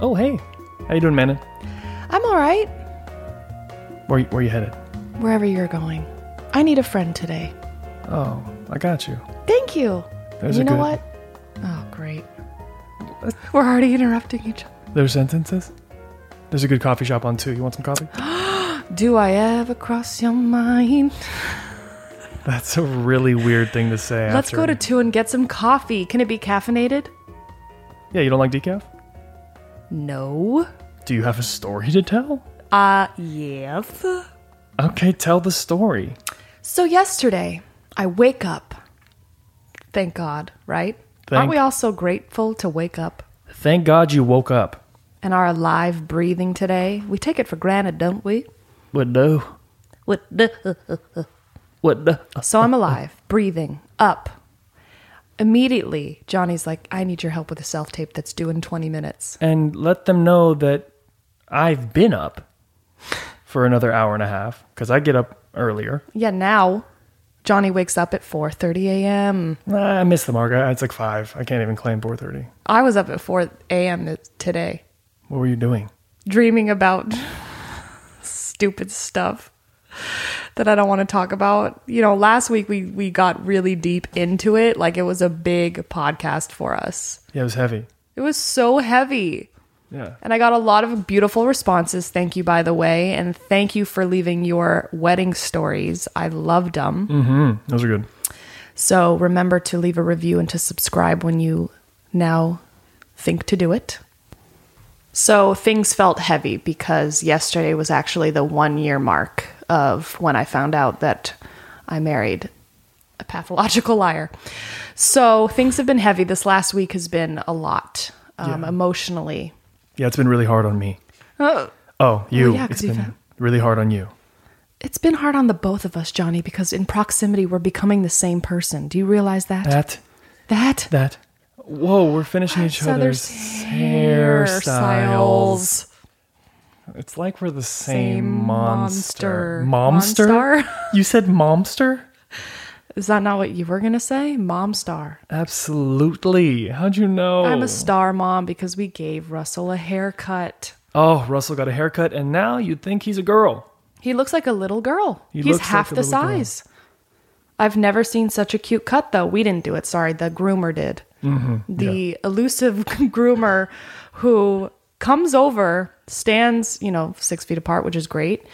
Oh, hey. How you doing, Manna? I'm all right. Where, where you headed? Wherever you're going. I need a friend today. Oh, I got you. Thank you. Those you are know good. what? Oh, great. We're already interrupting each other. There's sentences? There's a good coffee shop on two. You want some coffee? Do I ever cross your mind? That's a really weird thing to say. Let's go after- to two and get some coffee. Can it be caffeinated? Yeah, you don't like decaf? No. Do you have a story to tell? Uh, yes. Okay, tell the story. So yesterday, I wake up. Thank God, right? Aren't Thank- we all so grateful to wake up Thank God you woke up. and are alive, breathing today? We take it for granted, don't we? What no? What the- What no? So I'm alive, breathing, up. Immediately, Johnny's like, I need your help with a self tape that's due in 20 minutes. And let them know that I've been up for another hour and a half because I get up earlier. Yeah, now Johnny wakes up at 4:30 a.m. Nah, I missed the mark. I- It's like five. I can't even claim 4:30. I was up at 4 a.m. today, What were you doing? dreaming about stupid stuff that I don't want to talk about. You know, last week we we got really deep into it, like it was a big podcast for us. Yeah, it was heavy. It was so heavy. Yeah. And I got a lot of beautiful responses. Thank you, by the way. And thank you for leaving your wedding stories. I loved them. Mm-hmm. Those are good. So remember to leave a review and to subscribe when you now think to do it. So things felt heavy because yesterday was actually the one year mark of when I found out that I married a pathological liar. So things have been heavy. This last week has been a lot um, emotionally. Yeah, it's been really hard on me. Oh, you. yeah, 'cause it's you've been had- really hard on you. It's been hard on the both of us, Johnny, because in proximity we're becoming the same person. Do you realize that? That. that That. Whoa, we're finishing each So other's there's hairstyles. hairstyles. It's like we're the same, Same monster. monster. Momster? Monstar? you said momster? Is that not what you were gonna say? Mom star. Absolutely. How'd you know? I'm a star mom because we gave Russell a haircut. oh, Russell got a haircut, and now you'd think he's a girl. He looks like a little girl. He He's looks like half a the little girl. size. I've never seen such a cute cut, though. We didn't do it. Sorry, the groomer did. Mm-hmm. The elusive groomer who comes over, stands, you know, six feet apart, which is great.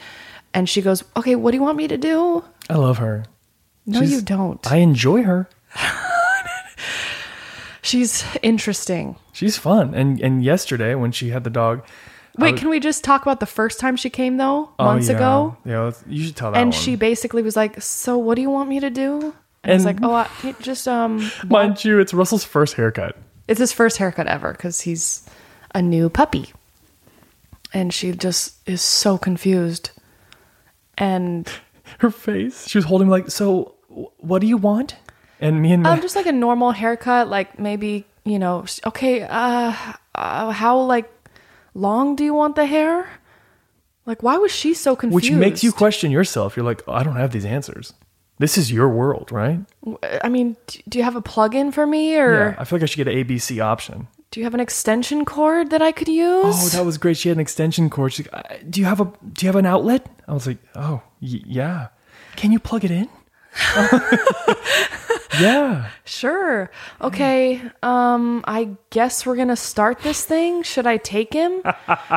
And she goes, Okay, what do you want me to do? I love her. No, She's- you don't. I enjoy her. She's interesting. She's fun. And and yesterday when she had the dog Wait, can we just talk about the first time she came, though, oh, months yeah. ago? Yeah, let's- you should tell that And one. she basically was like, So, what do you want me to do? And, I was like, And- Oh, I, you just, um, Mind you, it's Russell's first haircut. it's his first haircut ever because he's a new puppy. And she just is so confused. And Her face. She was holding me like, so wh- what do you want? And me and um, just like a normal haircut, like maybe, you know, sh- okay, uh, uh, how like long do you want the hair? Like, why was she so confused? which makes you question yourself. You're like, oh, I don't have these answers. This is your world, right? I mean, d- do you have a plug in for me or Yeah. I feel like I should get an ABC option. do you have an extension cord that I could use? Oh, that was great. She had an extension cord. She's like, "Uh, do you have a do you have an outlet? I was like, oh y- yeah. Can you plug it in? yeah. Sure. Okay. Um, I guess we're gonna start this thing. Should I take him?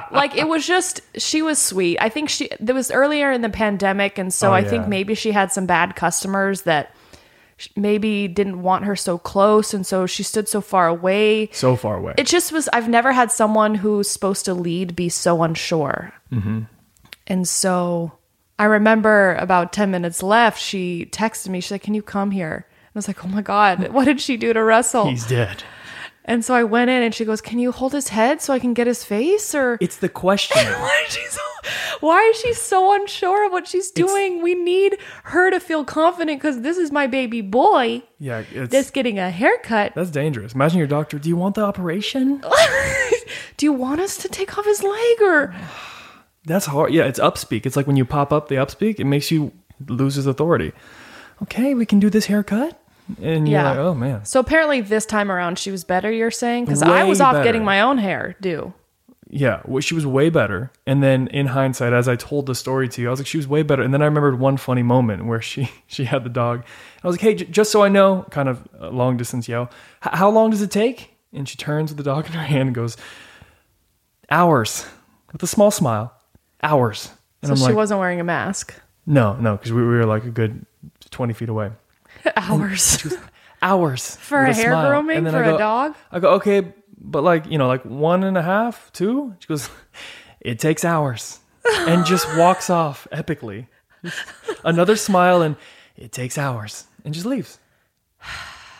like it was just she was sweet. I think she there was earlier in the pandemic, and Oh, so I yeah. think maybe she had some bad customers that sh- maybe didn't want her so close, and so she stood so far away. So far away. It just was. I've never had someone who's supposed to lead be so unsure. And so I remember about 10 minutes left, she texted me. She's like, Can you come here? And I was like, Oh my God, what did she do to Russell? He's dead. and so I went in and she goes, Can you hold his head so I can get his face? Or It's the question. why is she so, why is she so unsure of what she's doing? we need her to feel confident because this is my baby boy yeah, it's that's getting a haircut. that's dangerous. Imagine your doctor. Do you want the operation? do you want us to take off his leg or That's hard. Yeah, it's upspeak. It's like when you pop up the upspeak, it makes you lose his authority. Okay, we can do this haircut. And you're Yeah. like, oh man. So apparently this time around she was better, you're saying? Because I Way was off better. getting my own hair due. Yeah, well, she was way better. And then in hindsight, as I told the story to you, I was like, she was way better. And then I remembered one funny moment where she she had the dog. I was like, hey, j- just so I know, kind of a long distance yell, "H- how long does it take? And she turns with the dog in her hand and goes, hours, with a small smile, hours. And So I'm she like, wasn't wearing a mask. no, no, because we, we were like a good 20 feet away. Hours. Hours For with a hair smile. grooming? And then For I a go- dog? I go, okay, but like, you know, like one and a half, two? She goes, it takes hours. And just walks off epically. Another smile and it takes hours and just leaves.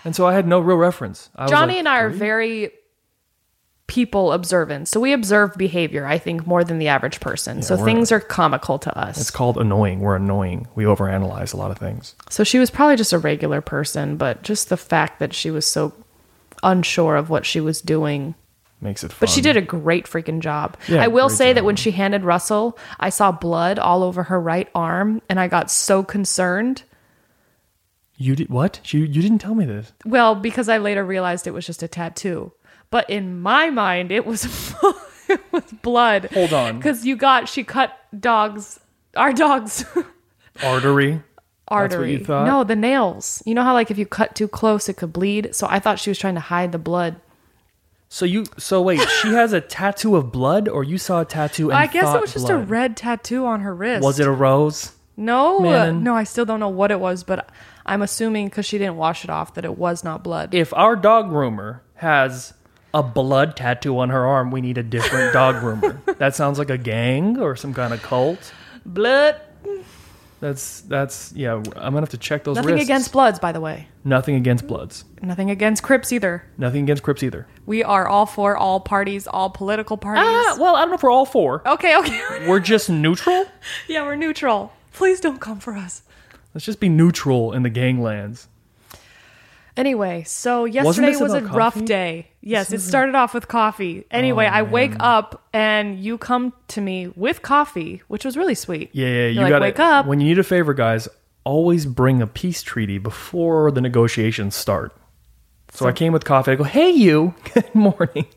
And so I had no real reference. I was Johnny like, and I are very people observant. So we observe behavior, I think, more than the average person. so we're- things are comical to us. It's called annoying. We're annoying. We overanalyze a lot of things. So she was probably just a regular person, but just the fact that she was so unsure of what she was doing. Makes it fun. But she did a great freaking job. Yeah, I will great say that job. when she handed Russell, I saw blood all over her right arm and I got so concerned. You did what? She, you didn't tell me this. Well, because I later realized it was just a tattoo. But in my mind, it was it was blood. Hold on. Because you got she cut dogs our dogs Artery. artery. That's what you thought? No, the nails. You know how like if you cut too close it could bleed? So I thought she was trying to hide the blood. So you so wait, she has a tattoo of blood or you saw a tattoo and I guess it thought was just a blood? red tattoo on her wrist. Was it a rose? No, Man. no, I still don't know what it was, but I'm assuming because she didn't wash it off that it was not blood. If our dog groomer has a blood tattoo on her arm, we need a different dog groomer. That sounds like a gang or some kind of cult. Blood. That's that's yeah. I'm gonna have to check those. Nothing wrists. against bloods, by the way. nothing against Bloods. Nothing against Crips either. Nothing against Crips either. We are all for all parties, all political parties. Ah, well, I don't know if we're all for. Okay, okay. We're just neutral. yeah, we're neutral. Please don't come for us. Let's just be neutral in the ganglands. Anyway, so Wasn't yesterday this was a about rough coffee? day. Yes, it started off with coffee. Oh, Anyway, I wake up and you come to me with coffee, which was really sweet. Yeah, yeah. You're You like, gotta wake up. when you need a favor, guys. Always bring a peace treaty before the negotiations start. So I came with coffee. I go, hey, you. Good morning.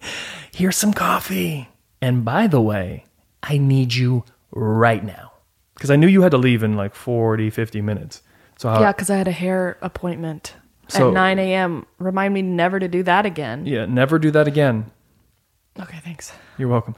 Here's some coffee. And by the way, I need you right now because I knew you had to leave in like 40, 50 minutes. So I, Yeah, because I had a hair appointment Uh, So- at 9 a.m. Remind me never to do that again. yeah, never do that again. Okay, thanks. You're welcome.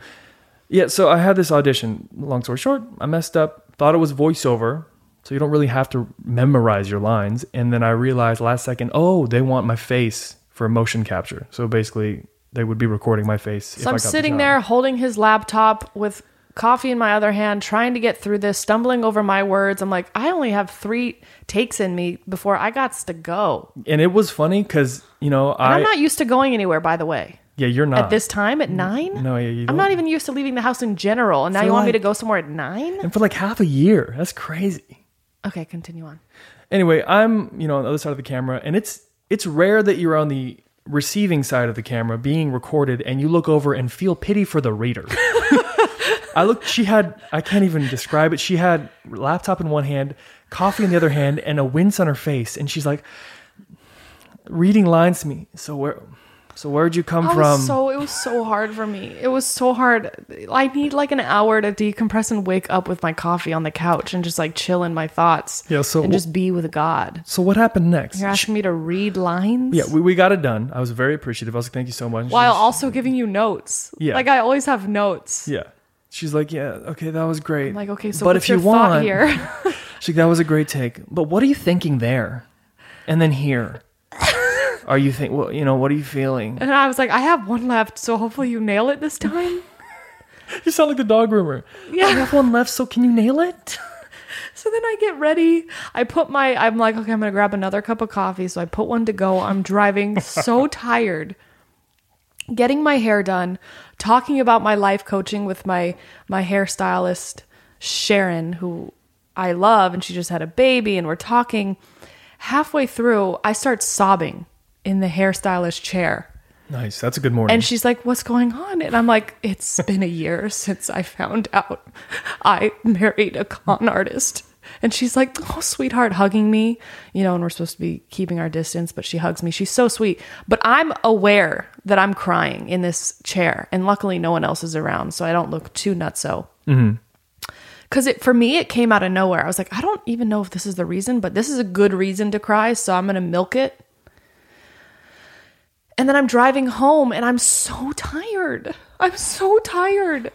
Yeah, so I had this audition. Long story short, I messed up, thought it was voiceover, so you don't really have to memorize your lines. And then I realized last second, oh, they want my face for motion capture. So basically, they would be recording my face. if So I I'm got the sitting job. there holding his laptop with coffee in my other hand, trying to get through this, stumbling over my words. I'm like, I only have three takes in me before I got to go. And And it was funny because, you know, I. I'm not used to going anywhere, by the way. yeah, you're not. At this time, at nine? no, yeah, you I'm don't- not even used to leaving the house in general. And now For you want me like- to go somewhere at nine? and for like half a year. That's crazy. Okay, continue on. anyway, I'm you know on the other side of the camera, and it's it's rare that you're on the receiving side of the camera being recorded, and you look over and feel pity for the reader. I looked. She had I can't even describe it. She had laptop in one hand, coffee in the other hand, and a wince on her face, and she's like reading lines to me. So where, so where'd you come I from? was so it was so hard for me. It was so hard. I need like an hour to decompress and wake up with my coffee on the couch and just like chill in my thoughts. Yeah, so and wh- just be with God. so what happened next? You're asking me to read lines Yeah, we, we got it done. I was very appreciative. I was like, thank you so much. And she while was- also giving you notes. Yeah. like I always have notes. yeah, she's like, yeah, okay, that was great. I'm like, okay, so but what's if you your thought want, here? She's like, that was a great take. But what are you thinking there? And then here. Are you think well, you know, what are you feeling? and I was like, I have one left, so hopefully you nail it this time. You sound like the dog groomer. Yeah. I have one left, so can you nail it? So then I get ready. I put my, I'm like, okay, I'm going to grab another cup of coffee. So I put one to go. I'm driving so tired, getting my hair done, talking about my life coaching with my, my hairstylist, Sharon, who I love. And she just had a baby and we're talking. Halfway through, I start sobbing in the hairstylist chair. Nice. That's a good morning. And she's like, What's going on? And I'm like, It's been a year since I found out I married a con artist. And she's like, oh, sweetheart, hugging me, you know, and we're supposed to be keeping our distance, but she hugs me. She's so sweet. But I'm aware that I'm crying in this chair. And luckily, no one else is around. So I don't look too nutso. Because it for me, it came out of nowhere. I was like, I don't even know if this is the reason, but this is a good reason to cry. So I'm going to milk it. And then I'm driving home and I'm so tired. I'm so tired.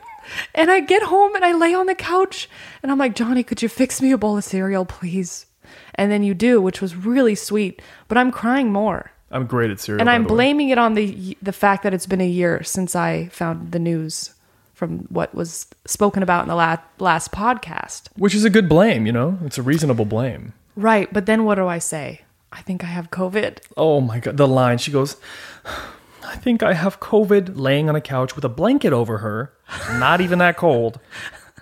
And I get home and I lay on the couch and I'm like, Johnny, could you fix me a bowl of cereal, please? And then you do, which was really sweet, but I'm crying more. I'm great at cereal. And by I'm the way. blaming it on the the fact that it's been a year since I found the news from what was spoken about in the last, last podcast. Which is a good blame, you know? It's a reasonable blame. Right, but then what do I say? I think I have COVID. Oh my god, the line. She goes, I think I have COVID laying on a couch with a blanket over her, not even that cold.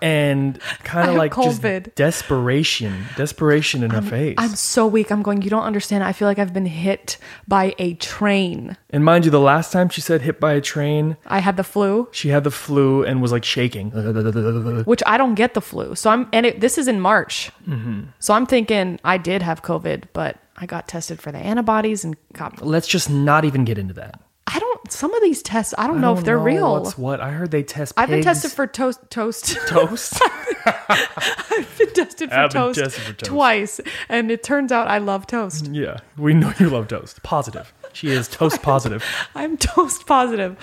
And I kind of have like COVID. just desperation, desperation in her face. I'm so weak. I'm going, you don't understand. I feel like I've been hit by a train. and mind you, the last time she said hit by a train, I had the flu, she had the flu and was like shaking. which I don't get the flu. So I'm, and it, this is in March. Mm-hmm. So I'm thinking I did have COVID, but I got tested for the antibodies and got, Let's just not even get into that. I don't, some of these tests, I don't know if they're No, real. What's what? I heard they test. I've been pigs. tested for toast, toast, toast. been tested for I've been toast tested for toast. twice. And it turns out I love toast. yeah, we know you love toast. Positive. She is toast positive. I'm toast positive.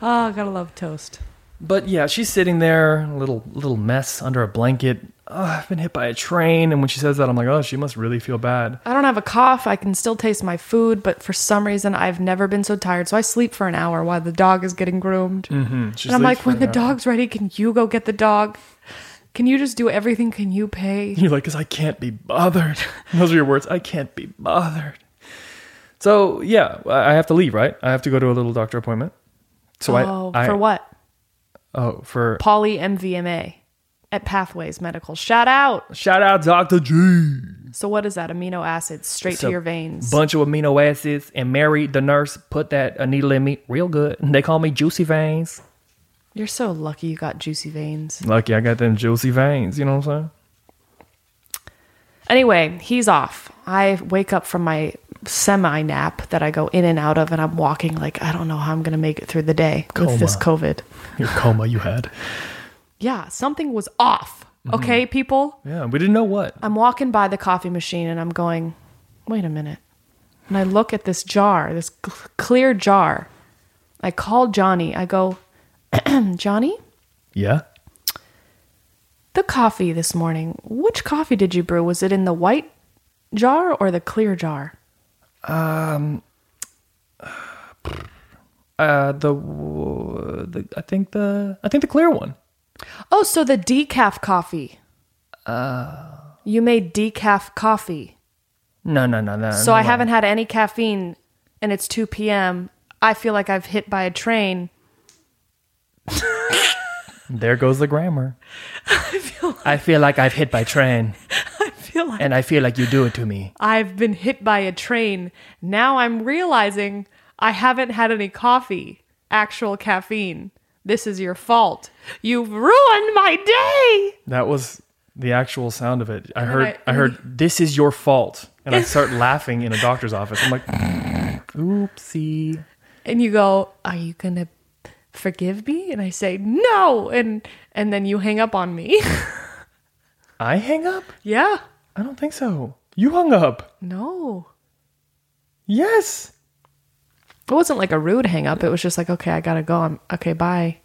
Oh, gotta love toast. But yeah, she's sitting there, a little little mess under a blanket. Oh, I've been hit by a train, and when she says that, I'm like, oh, she must really feel bad. I don't have a cough. I can still taste my food, but for some reason, I've never been so tired. So I sleep for an hour while the dog is getting groomed. She Mm-hmm. And I'm sleeps like, for when an the hour." dog's ready, can you go get the dog? Can you just do everything? Can you pay? you're like, because I can't be bothered. Those are your words. I can't be bothered. So yeah, I I have to leave, right? I have to go to a little doctor appointment. So oh, I, I for what? oh for Poly MVMA at Pathways Medical. Shout out. shout out Doctor G. So what is that? Amino acids straight So, to your veins. Bunch of amino acids, and Mary, the nurse, put that a needle in me real good. They call me Juicy Veins. You're so lucky you got juicy veins. Lucky I got them juicy veins. You know what I'm saying? Anyway, he's off. I wake up from my semi nap that I go in and out of, and I'm walking like I don't know how I'm going to make it through the day with this COVID. Your coma you had. Yeah, something was off. Mm-hmm. Okay, people. Yeah, we didn't know what. I'm walking by the coffee machine and I'm going, wait a minute. And I look at this jar, this cl- clear jar. I call Johnny. I go, Johnny, Yeah. the coffee this morning, which coffee did you brew? Was it in the white jar or the clear jar? Uh, the, w- the I think the I think the clear one. Oh, so the decaf coffee. Uh, you made decaf coffee. No, no, no, no. So I haven't had any caffeine and it's 2 p.m. I feel like I've hit by a train. There goes the grammar. I feel like I've hit by train, I feel like and I feel like you do it to me. I've been hit by a train. Now I'm realizing I haven't had any coffee, actual caffeine. This is your fault. You've ruined my day. That was the actual sound of it. I then heard. I- I, heard. This is your fault, and I start laughing in a doctor's office. I'm like, oopsie. And you go, "Are you going to forgive me?" And I say, "No." And and then you hang up on me. I hang up. yeah. I don't think so. You hung up. No. Yes. It wasn't like a rude hang up. It was just like, okay, I gotta go. I'm okay, bye.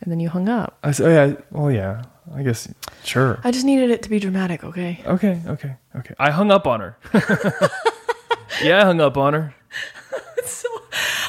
And then you hung up. I said, oh, yeah. Well, yeah. I guess. Sure. I just needed it to be dramatic, okay? Okay, okay, okay. I hung up on her. yeah, I hung up on her. So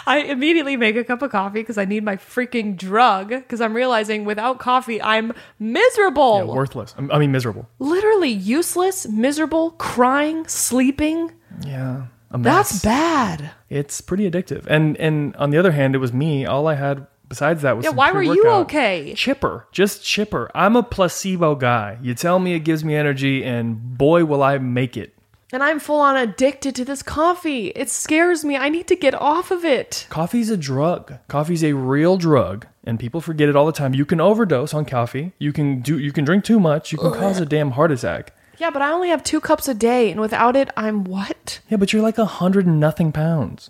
I immediately make a cup of coffee because I need my freaking drug because I'm realizing without coffee, I'm miserable. Yeah, worthless. I'm- I mean, miserable. Literally useless, miserable, crying, sleeping. Yeah, a mess. That's bad. It's pretty addictive. And and on the other hand, it was me. All I had besides that was Yeah, some why were you pre-workout. okay? Chipper, just chipper. I'm a placebo guy. You tell me it gives me energy, and boy, will I make it. And I'm full on addicted to this coffee. It scares me. I need to get off of it. Coffee's a drug. Coffee's a real drug, and people forget it all the time. You can overdose on coffee. You can do. You can drink too much. You can cause a damn heart attack. Yeah, but I only have two cups a day, and without it, I'm what? Yeah, but you're like a hundred and nothing pounds.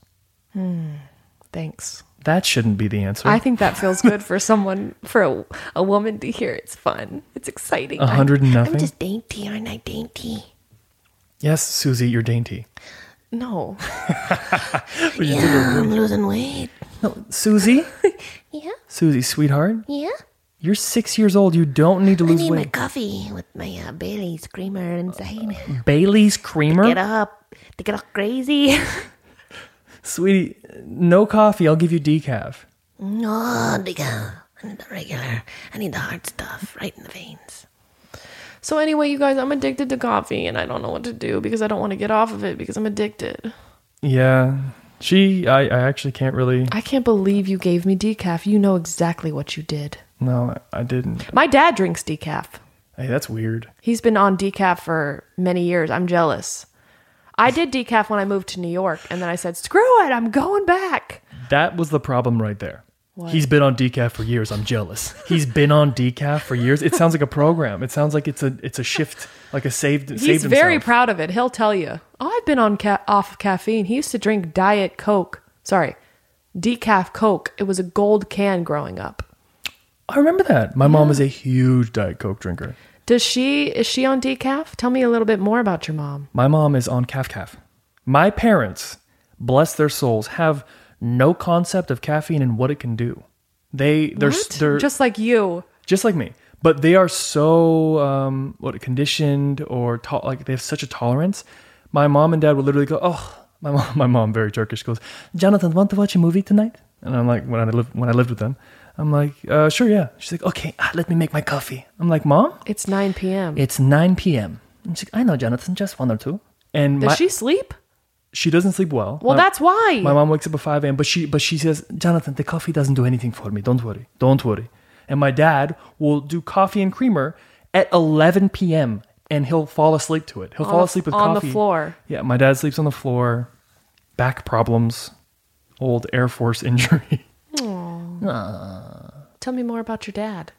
Thanks. That shouldn't be the answer. I think that feels good for someone, for a, a woman to hear. It's fun. It's exciting. A hundred and nothing. dainty, aren't I dainty? yes, Susie, you're dainty. No. I'm losing weight. No, Susie, Yeah, Susie, sweetheart, yeah. you're six years old. You don't need to I lose need my weight. coffee with my uh, Bailey's creamer inside. Bailey's Get creamer, up. They get all crazy. sweetie. No coffee. I'll give you decaf. no, they go. I need the regular. I need the hard stuff right in the veins. So, anyway, you guys, I'm addicted to coffee, and I don't know what to do because I don't want to get off of it because I'm addicted. Yeah, she. I, I actually can't really. I can't believe you gave me decaf. You know exactly what you did. No, I didn't. My dad drinks decaf. Hey, that's weird. He's been on decaf for many years. I'm jealous. I did decaf when I moved to New York, and then I said, screw it, I'm going back. That was the problem right there. He's been on decaf for years. I'm jealous. He's been on decaf for years. It sounds like a program. It sounds like it's a it's a shift, like a saved. He's saved very himself. proud of it. He'll tell you. Oh, I've been on ca- off caffeine. He used to drink diet coke. Sorry, decaf coke. It was a gold can growing up. I remember that. My mom is a huge Diet Coke drinker. Does she is she on decaf? Tell me a little bit more about your mom. My mom is on calf calf. My parents, bless their souls, have no concept of caffeine and what it can do. They they're What? they're just, just like you. like me, but they are so um what conditioned or to- like they have such a tolerance. My mom and dad would literally go, "Oh, my mom, my mom very Turkish goes, "Jonathan, want to watch a movie tonight?" And I'm like, when I lived when I lived with them, I'm like, uh, "Sure, yeah." She's like, "Okay, ah, let me make my coffee." I'm like, "Mom, It's nine p.m. it's 9 p.m." And she's like, "I know, Jonathan, just one or two. And Does my, she sleep? she doesn't sleep well. Well, My- that's why. my mom wakes up at five a.m. But she but she says, Jonathan, the coffee doesn't do anything for me. Don't worry, don't worry. And my dad will do coffee and creamer at eleven p.m. and he'll fall asleep to it. He'll fall the- asleep with on the coffee. floor. Yeah, my dad sleeps on the floor. Back problems, old Air Force injury. Tell me more about your dad.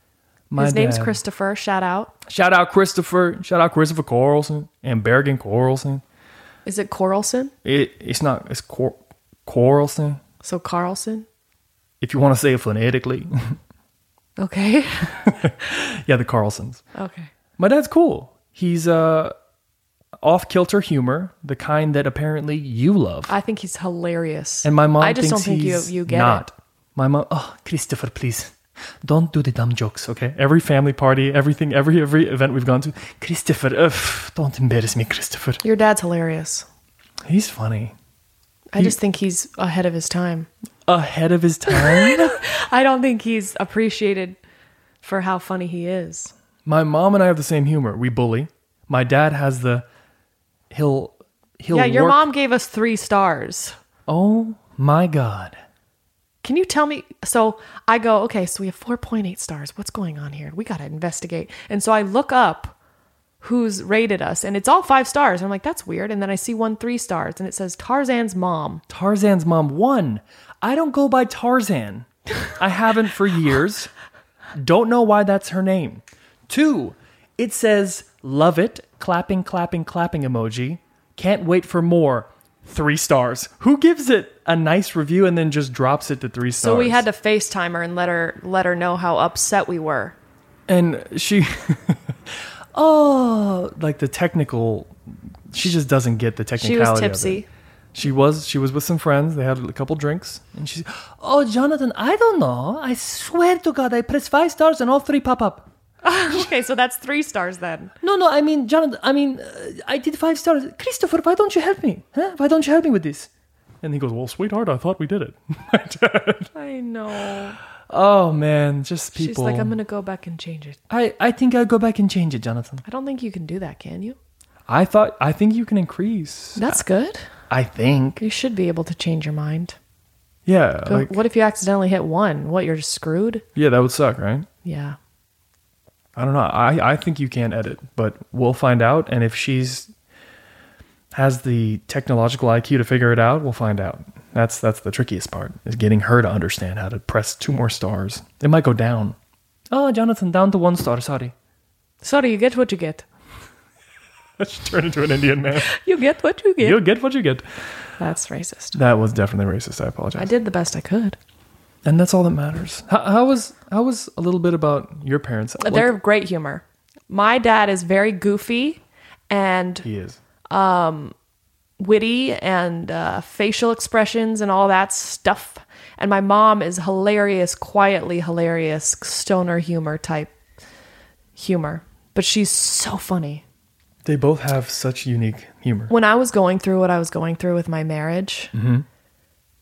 My His name's dad- Christopher. Shout out. Shout out Christopher. Shout out Christopher Corlson and Bergen Corlson. Is it Corlson? It it's not it's Cor- Corlson. So Carlson. If you want to say it phonetically, Okay. yeah, the Carlsons. okay. My dad's cool. He's uh off kilter humor, the kind that apparently you love. I think he's hilarious. and my mom I just thinks don't think you he's you get not. it. My mom, oh Christopher, please don't do the dumb jokes, okay? Every family party, everything, every every event we've gone to, Christopher, ugh, don't embarrass me, Christopher. Your dad's hilarious. He's funny, I just think he's ahead of his time. ahead of his time. I don't think he's appreciated for how funny he is. my mom and I have the same humor. We bully. My dad has the he'll he'll yeah, your work- mom gave us three stars. Oh my god. Can you tell me? So I go, okay, so we have 4.8 stars. What's going on here? We got to investigate. And so I look up who's rated us, and it's all five stars. I'm like, that's weird. And then I see one three stars, and it says Tarzan's mom. Tarzan's mom won. I don't go by Tarzan. I haven't for years. Don't know why that's her name. Two, it says love it, clapping, clapping, clapping emoji. Can't wait for more. Three stars. Who gives it a nice review and then just drops it to three stars? So we had to FaceTime her and let her let her know how upset we were. and she Oh like the technical she just doesn't get the She technicality. was of it. tipsy. She was she was with some friends. They had a couple drinks, and she's, "Oh, Jonathan, I don't know. I swear to God, I press five stars and all three pop up. okay, so that's three stars then. No, no, I mean, Jonathan, I mean, uh, I did five stars. Christopher, why don't you help me? Huh? Why don't you help me with this?" And he goes, "Well, sweetheart, I thought we did it." I know. oh man, just people. She's like, I'm gonna go back and change it. I I think I'll go back and change it, Jonathan. I don't think you can do that, can you? I thought I think you can increase. That's good. I think. You should be able to change your mind. Yeah, But like what if you accidentally hit one? What, you're screwed? yeah, that would suck, right? Yeah. I don't know. I, I think you can edit, but we'll find out. And if she's has the technological IQ to figure it out, we'll find out. That's that's the trickiest part is getting her to understand how to press two more stars. It might go down. Oh, Jonathan, down to one star. Sorry. Sorry, you get what you get. she turned into an Indian man. You get what you get. You'll get what you get. That's racist. That was definitely racist. I apologize. I did the best I could. And that's all that matters. How, how was how was a little bit about your parents? Like, They're great humor. My dad is very goofy and he is. witty and uh, facial expressions and all that stuff. And my mom is hilarious, quietly hilarious, stoner humor type humor. But she's so funny. They both have such unique humor. When I was going through what I was going through with my marriage,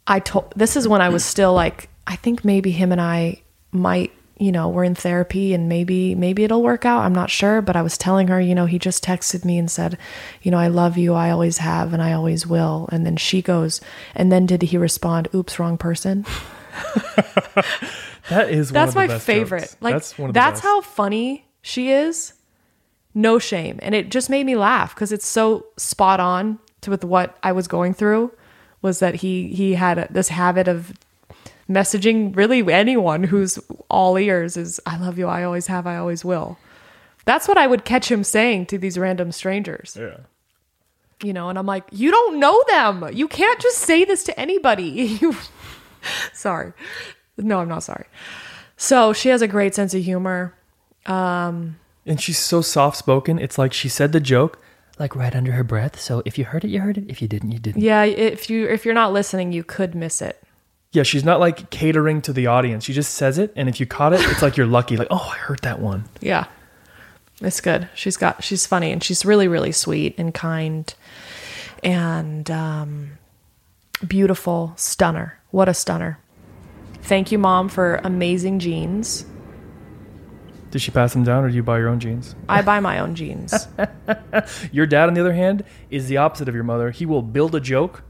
I told this is when I was still like, I think maybe him and I might, you know, we're in therapy and maybe maybe it'll work out. I'm not sure, but I was telling her, you know, he just texted me and said, you know, I love you, I always have and I always will. And then she goes, and then did he respond, oops, wrong person? That is one That's of the my best favorite. jokes. Like that's that's, one of the best. how funny she is. No shame, and it just made me laugh because it's so spot on to with what I was going through. Was that he he had this habit of messaging really anyone who's all ears is I love you, I always have, I always will. That's what I would catch him saying to these random strangers, Yeah. you know. And I'm like, you don't know them. You can't just say this to anybody. You- sorry. No, I'm not sorry. So she has a great sense of humor. And she's so soft spoken. It's like she said the joke. like right under her breath. So if you heard it, you heard it. If you didn't, you didn't. Yeah, if you if you're not listening, you could miss it. Yeah, she's not like catering to the audience. She just says it, and if you caught it, it's like you're lucky. Like, oh, I heard that one. Yeah. It's good. She's got she's funny and she's really really sweet and kind and um beautiful stunner. What a stunner. Thank you mom for amazing jeans. Did she pass them down, or do you buy your own jeans? I buy my own jeans. Your dad, on the other hand, is the opposite of your mother. He will build a joke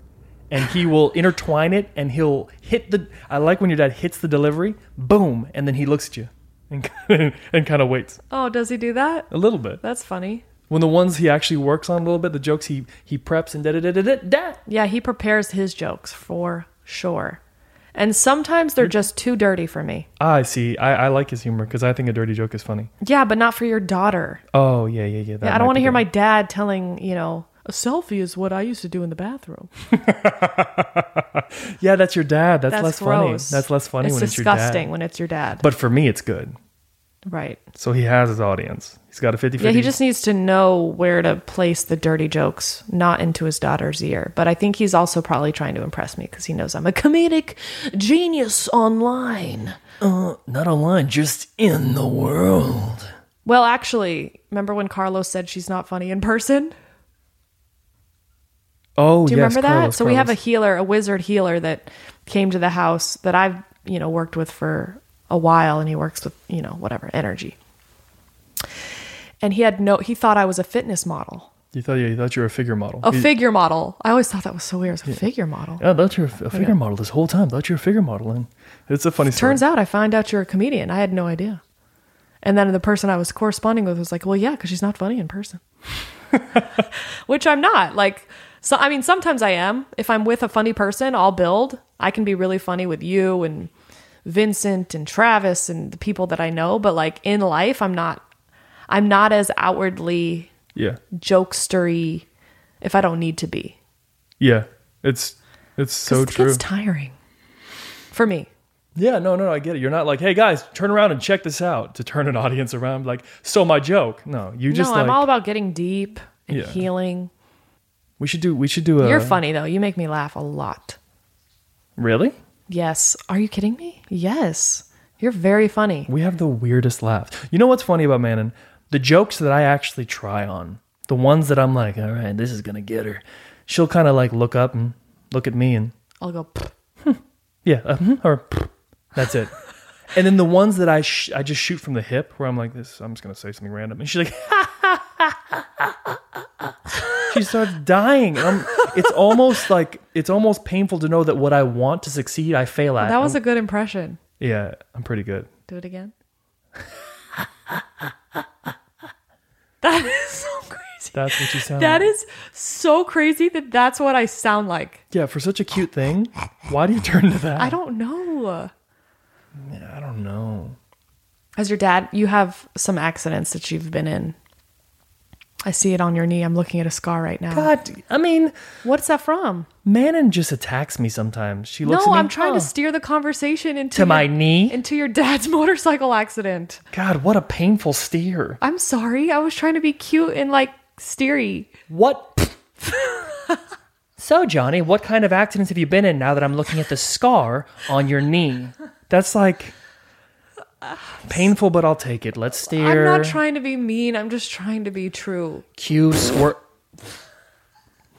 and he will intertwine it and he'll hit the. I like when your dad hits the delivery, boom, and then he looks at you and, and kind of waits oh, does he do that? a little bit. That's funny. When the ones he actually works on a little bit, the jokes he, he preps and da da da da da da. Yeah, he prepares his jokes for sure. And sometimes they're just too dirty for me. I see. I, I like his humor because I think a dirty joke is funny. Yeah, but not for your daughter. Oh, yeah, yeah, yeah. that I might don't want be to hear good. my dad telling, you know, a selfie is what I used to do in the bathroom. Yeah, that's your dad. That's, That's less gross. funny. That's less funny It's when disgusting it's your dad. when it's your dad. But for me, it's good. right. So he has his audience. He's got a 50 Yeah, he just needs to know where to place the dirty jokes, not into his daughter's ear. But I think he's also probably trying to impress me because he knows I'm a comedic genius online. Uh, Not online, just in the world. Well, actually, remember when Carlos said she's not funny in person? Oh, Do you yes, remember that? Carlos, so we have a Carlos. healer, a wizard healer that came to the house that I've, you know, worked with for a while and he works with, you know, whatever, energy. And he had no he thought I was a fitness model. You thought you, you thought you were a figure model. A You- figure model. I always thought that was so weird. It's a figure model. Yeah, I thought you were a figure model this whole time. I thought you were a figure model, and it's a funny story. Turns out I find out you're a comedian. I had no idea. And then the person I was corresponding with was like, "Well, yeah, because she's not funny in person," which I'm not. Like, so I mean, sometimes I am. If I'm with a funny person, I'll build. I can be really funny with you and Vincent and Travis and the people that I know. But like in life, I'm not. I'm not as outwardly yeah, jokestery if I don't need to be. yeah, it's it's so 'Cause it true. gets tiring for me. yeah, no, no, no, I get it. You're not like, hey guys, turn around and check this out to turn an audience around. Like, so my joke. No, you just no, like I'm all about getting deep and Yeah. healing. we should do we should do a You're funny though. You make me laugh a lot. Really, Yes. Are you kidding me? Yes. You're very funny. we have the weirdest laughs. You know what's funny about Manon? The jokes that I actually try on, the ones that I'm like, all right, this is gonna get her. She'll kind of like look up and look at me and I'll go. "Pfft." Yeah, uh, mhm, or that's it. and then the ones that I sh- I just shoot from the hip, where I'm like this, I'm just gonna say something random, and she's like, she starts dying. And I'm, it's almost like it's almost painful to know that what I want to succeed, I fail at. That was a good impression. yeah, I'm pretty good. Do it again. that is so crazy. That's what you sound. That like. is so crazy that that's what I sound like. yeah, for such a cute thing, why do you turn to that? I don't know. I don't know. As your dad, you have some accidents that you've been in. I see it on your knee. I'm looking at a scar right now. God, I mean, What's that from? Manon just attacks me sometimes. She looks at no, me. I'm trying "Oh, to steer the conversation into to your- my knee. into your dad's motorcycle accident. God, what a painful steer. I'm sorry. I was trying to be cute and like steery. What? so, Johnny, what kind of accidents have you been in now that I'm looking at the scar on your knee? That's like painful, but I'll take it. Let's steer. I'm not trying to be mean. I'm just trying to be true. Cue squirt.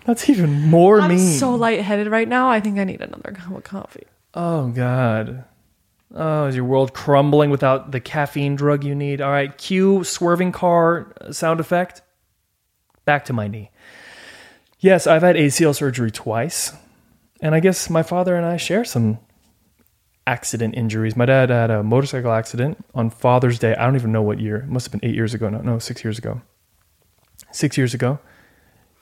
That's even more I'm mean. so lightheaded right now. I think I need another cup of coffee. oh, God. Oh, is your world crumbling without the caffeine drug you need? All right, cue swerving car sound effect. Back to my knee. Yes, I've had ACL surgery twice. And I guess my father and I share some accident injuries. My dad had a motorcycle accident on Father's Day. I don't even know what year. It must have been eight years ago. No, no, six years ago. Six years ago,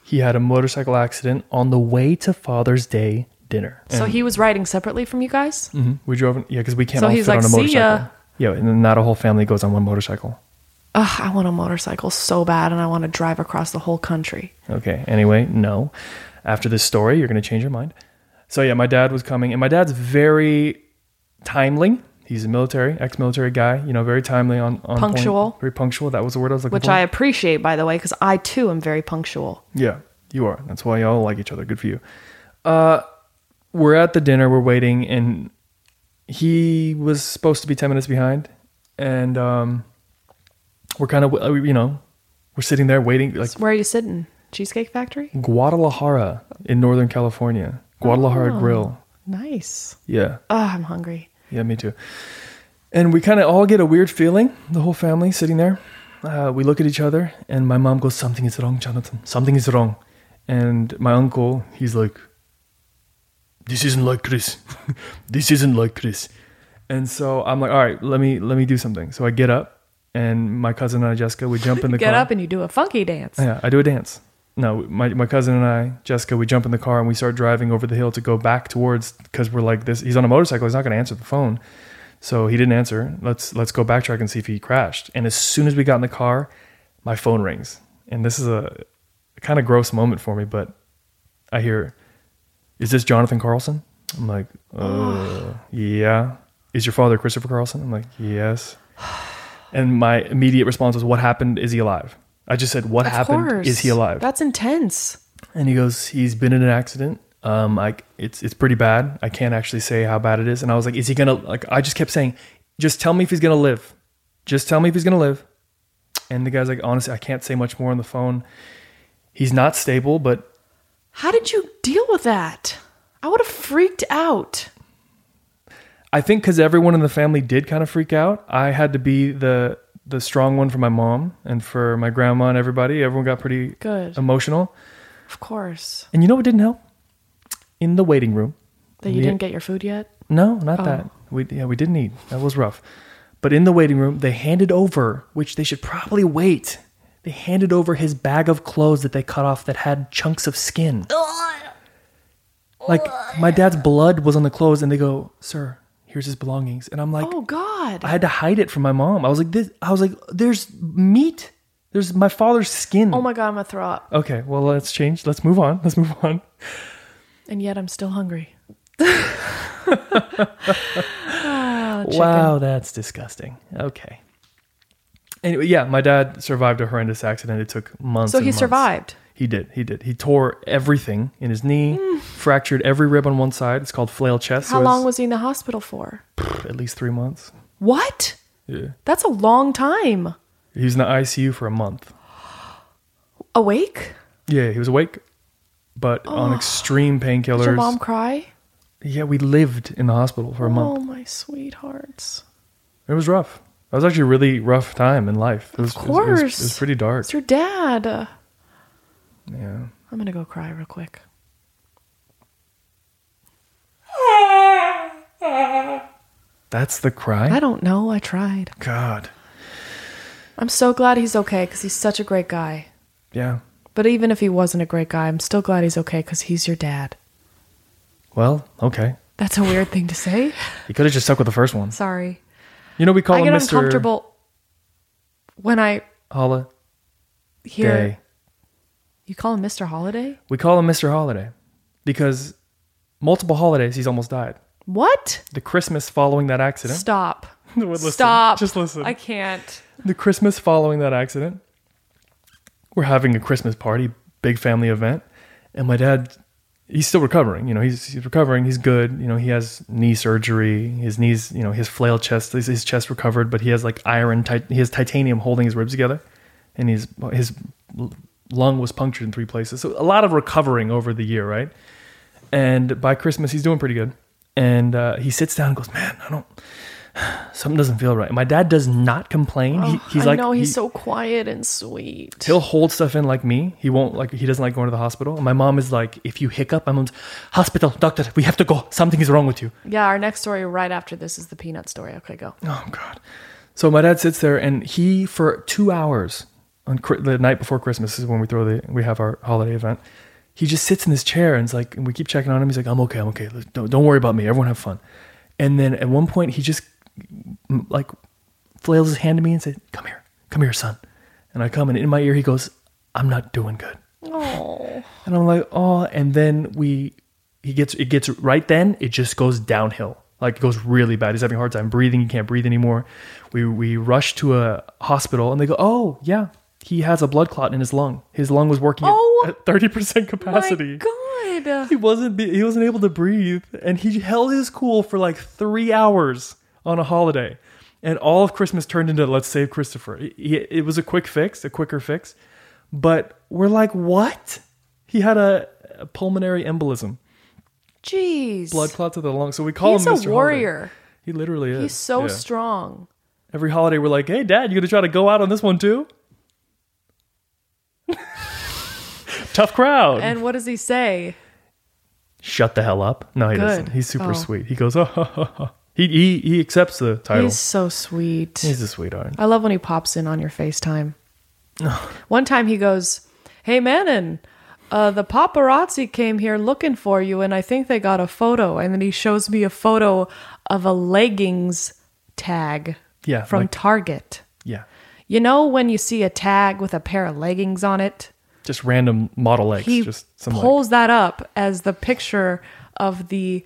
he had a motorcycle accident on the way to Father's Day dinner. So And- he was riding separately from you guys? Mhm. We drove, in, yeah, because we can't So all he's fit on like, a "See ya." motorcycle. Yeah, and then not a whole family goes on one motorcycle. Ugh, I want a motorcycle so bad and I want to drive across the whole country. Okay. Anyway, no. After this story, you're going to change your mind. So yeah, my dad was coming, and my dad's very timely. He's a military, ex-military guy. You know, very timely on, on point, Punctual. very punctual. That was the word I was looking Which for. I appreciate, by the way, because I too am very punctual. Yeah, you are. That's why y'all like each other. Good for you. Uh, we're at the dinner. We're waiting, and he was supposed to be ten minutes behind, and um, we're kind of you know we're sitting there waiting like Where are you sitting? Cheesecake Factory? Guadalajara in Northern California, Guadalajara Grill. Nice. Yeah, Ugh, I'm hungry. yeah, me too. And we kind of all get a weird feeling. The whole family sitting there. Uh, we look at each other, and my mom goes, "Something is wrong, Jonathan. Something is wrong." And my uncle, he's like, this isn't like Chris. this isn't like Chris. And so I'm like, all right, let me let me do something. So I get up and my cousin and I, Jessica, we jump in the Get car. up and you do a funky dance. Yeah, I do a dance. No, my, my cousin and I, Jessica, we jump in the car and we start driving over the hill to go back towards because we're like this. He's on a motorcycle. He's not going to answer the phone, so he didn't answer. Let's let's go backtrack and see if he crashed. And as soon as we got in the car, my phone rings, and this is a kind of gross moment for me, but I hear, "Is this Jonathan Carlson?" I'm like, uh, "Yeah." Is your father Christopher Carlson? I'm like, "Yes." And my immediate response was, "What happened? Is he alive?" I just said, "What Of happened? course. Is he alive?" That's intense. and he goes, "He's been in an accident. Um, I it's it's pretty bad. I can't actually say how bad it is." And I was like, "Is he gonna like?" I just kept saying, "Just tell me if he's gonna live. Just tell me if he's gonna live." And the guy's like, "Honestly, I can't say much more on the phone. He's not stable, but How did you deal with that? I would have freaked out. I think because everyone in the family did kind of freak out, I had to be the the strong one for my mom and for my grandma and everybody. Everyone got pretty Good. emotional. Of course. And you know what didn't help? In the waiting room, That you Yeah. didn't get your food yet? No, not Oh. that. We yeah, we didn't eat. That was rough. But in the waiting room, they handed over, which they should probably wait. They handed over his bag of clothes that they cut off that had chunks of skin. Like my dad's blood was on the clothes, and they go, "Sir, here's his belongings." And I'm like, Oh, God. I had to hide it from my mom. I was like, "This." I was like, "There's meat. There's my father's skin." Oh, my God, I'm going to throw up. okay, well, let's change. Let's move on. Let's move on. And yet I'm still hungry. Wow, that's disgusting. Okay. Anyway, yeah, my dad survived a horrendous accident. It took months. So and he months. survived. He did. He did. He tore everything in his knee, fractured every rib on one side. It's called flail chest. Hmm. How so long it's was he in the hospital for? at least three months. What? Yeah. That's a long time. He was in the ICU for a month. Awake? Yeah, he was awake, but on extreme Oh. Did your mom painkillers. cry? Yeah, we lived in the hospital for a Oh, month. my sweethearts. It was rough. That was actually a really rough time in life. It was, Of it was- it was- course. it was pretty dark. It's your dad. Uh, Yeah. I'm going to go cry real quick. That's the cry. I don't know. I tried. God. I'm so glad he's okay because he's such a great guy. Yeah. But even if he wasn't a great guy, I'm still glad he's okay because he's your dad. Well, okay. That's a weird thing to say. He could have just stuck with the first one. Sorry. You know, we call I him get Mr. uncomfortable when I Holla hear Day. You call him Mr. Holiday? We call him Mr. Holiday because multiple holidays he's almost died. What? The Christmas following that accident. Stop. Well, listen. Stop. Just listen. I can't. the Christmas following that accident, we're having a Christmas party, big family event, and my dad, he's still recovering. You know, he's he's recovering. He's good. You know, he has knee surgery. His knees, you know, his flail chest, his, his chest recovered, but he has like iron, tit- he has titanium holding his ribs together, and his his lung was punctured in three places. So a lot of recovering over the year, right? And by Christmas, he's doing pretty good. And uh, he sits down and goes, "Man, I don't." Something doesn't feel right. My dad does not complain. he, he's Oh, I like, know he's he- so quiet and sweet. he'll hold stuff in like me. He won't like he doesn't like going to the hospital. And my mom is like, if you hiccup, my mom's hospital doctor. We have to go. Something is wrong with you. yeah, our next story right after this is the peanut story. Okay, go. Oh God. So my dad sits there and he for two hours on Chri- the night before Christmas is when we throw the we have our holiday event. He just sits in his chair and it's like and we keep checking on him. He's like, I'm okay, I'm okay. Don't, don't worry about me. Everyone have fun. And then at one point he just m- like flails his hand to me and said, "Come here, come here, son." And I come and in my ear he goes, "I'm not doing good." Oh. And I'm like, oh, and then we, he gets, it gets right then, it just goes downhill. Like it goes really bad. He's having a hard time breathing. He can't breathe anymore. We, we rush to a hospital and they go, oh, yeah, he has a blood clot in his lung. His lung was working at- Oh, at 30% capacity. My God. He wasn't, be- he wasn't able to breathe. And he held his cool for like three hours on a holiday. And all of Christmas turned into let's save Christopher. It- it- it was a quick fix, a quicker fix but we're like, what? He had a, a pulmonary embolism, Jeez. blood clot to the lung. So we call He's him a Mr. warrior. Holiday. He literally is. He's so Yeah. strong. Every holiday, we're like, hey, Dad, you gonna try to go out on this one too? Tough crowd. And what does he say? Shut the hell up. No, he Good. doesn't. He's super Oh. sweet. He goes, oh, He, he he accepts the title. He's He's, so sweet. a sweetheart. I love when he pops in on your FaceTime. One time he goes, Hey Manon, uh, the paparazzi came here looking for you, and I think they got a photo. And then he shows me a photo of a leggings tag Yeah, from like- Target. Yeah. You know, when you see a tag with a pair of leggings on it, Just random Model X. he just some like, pulls that up as the picture of the.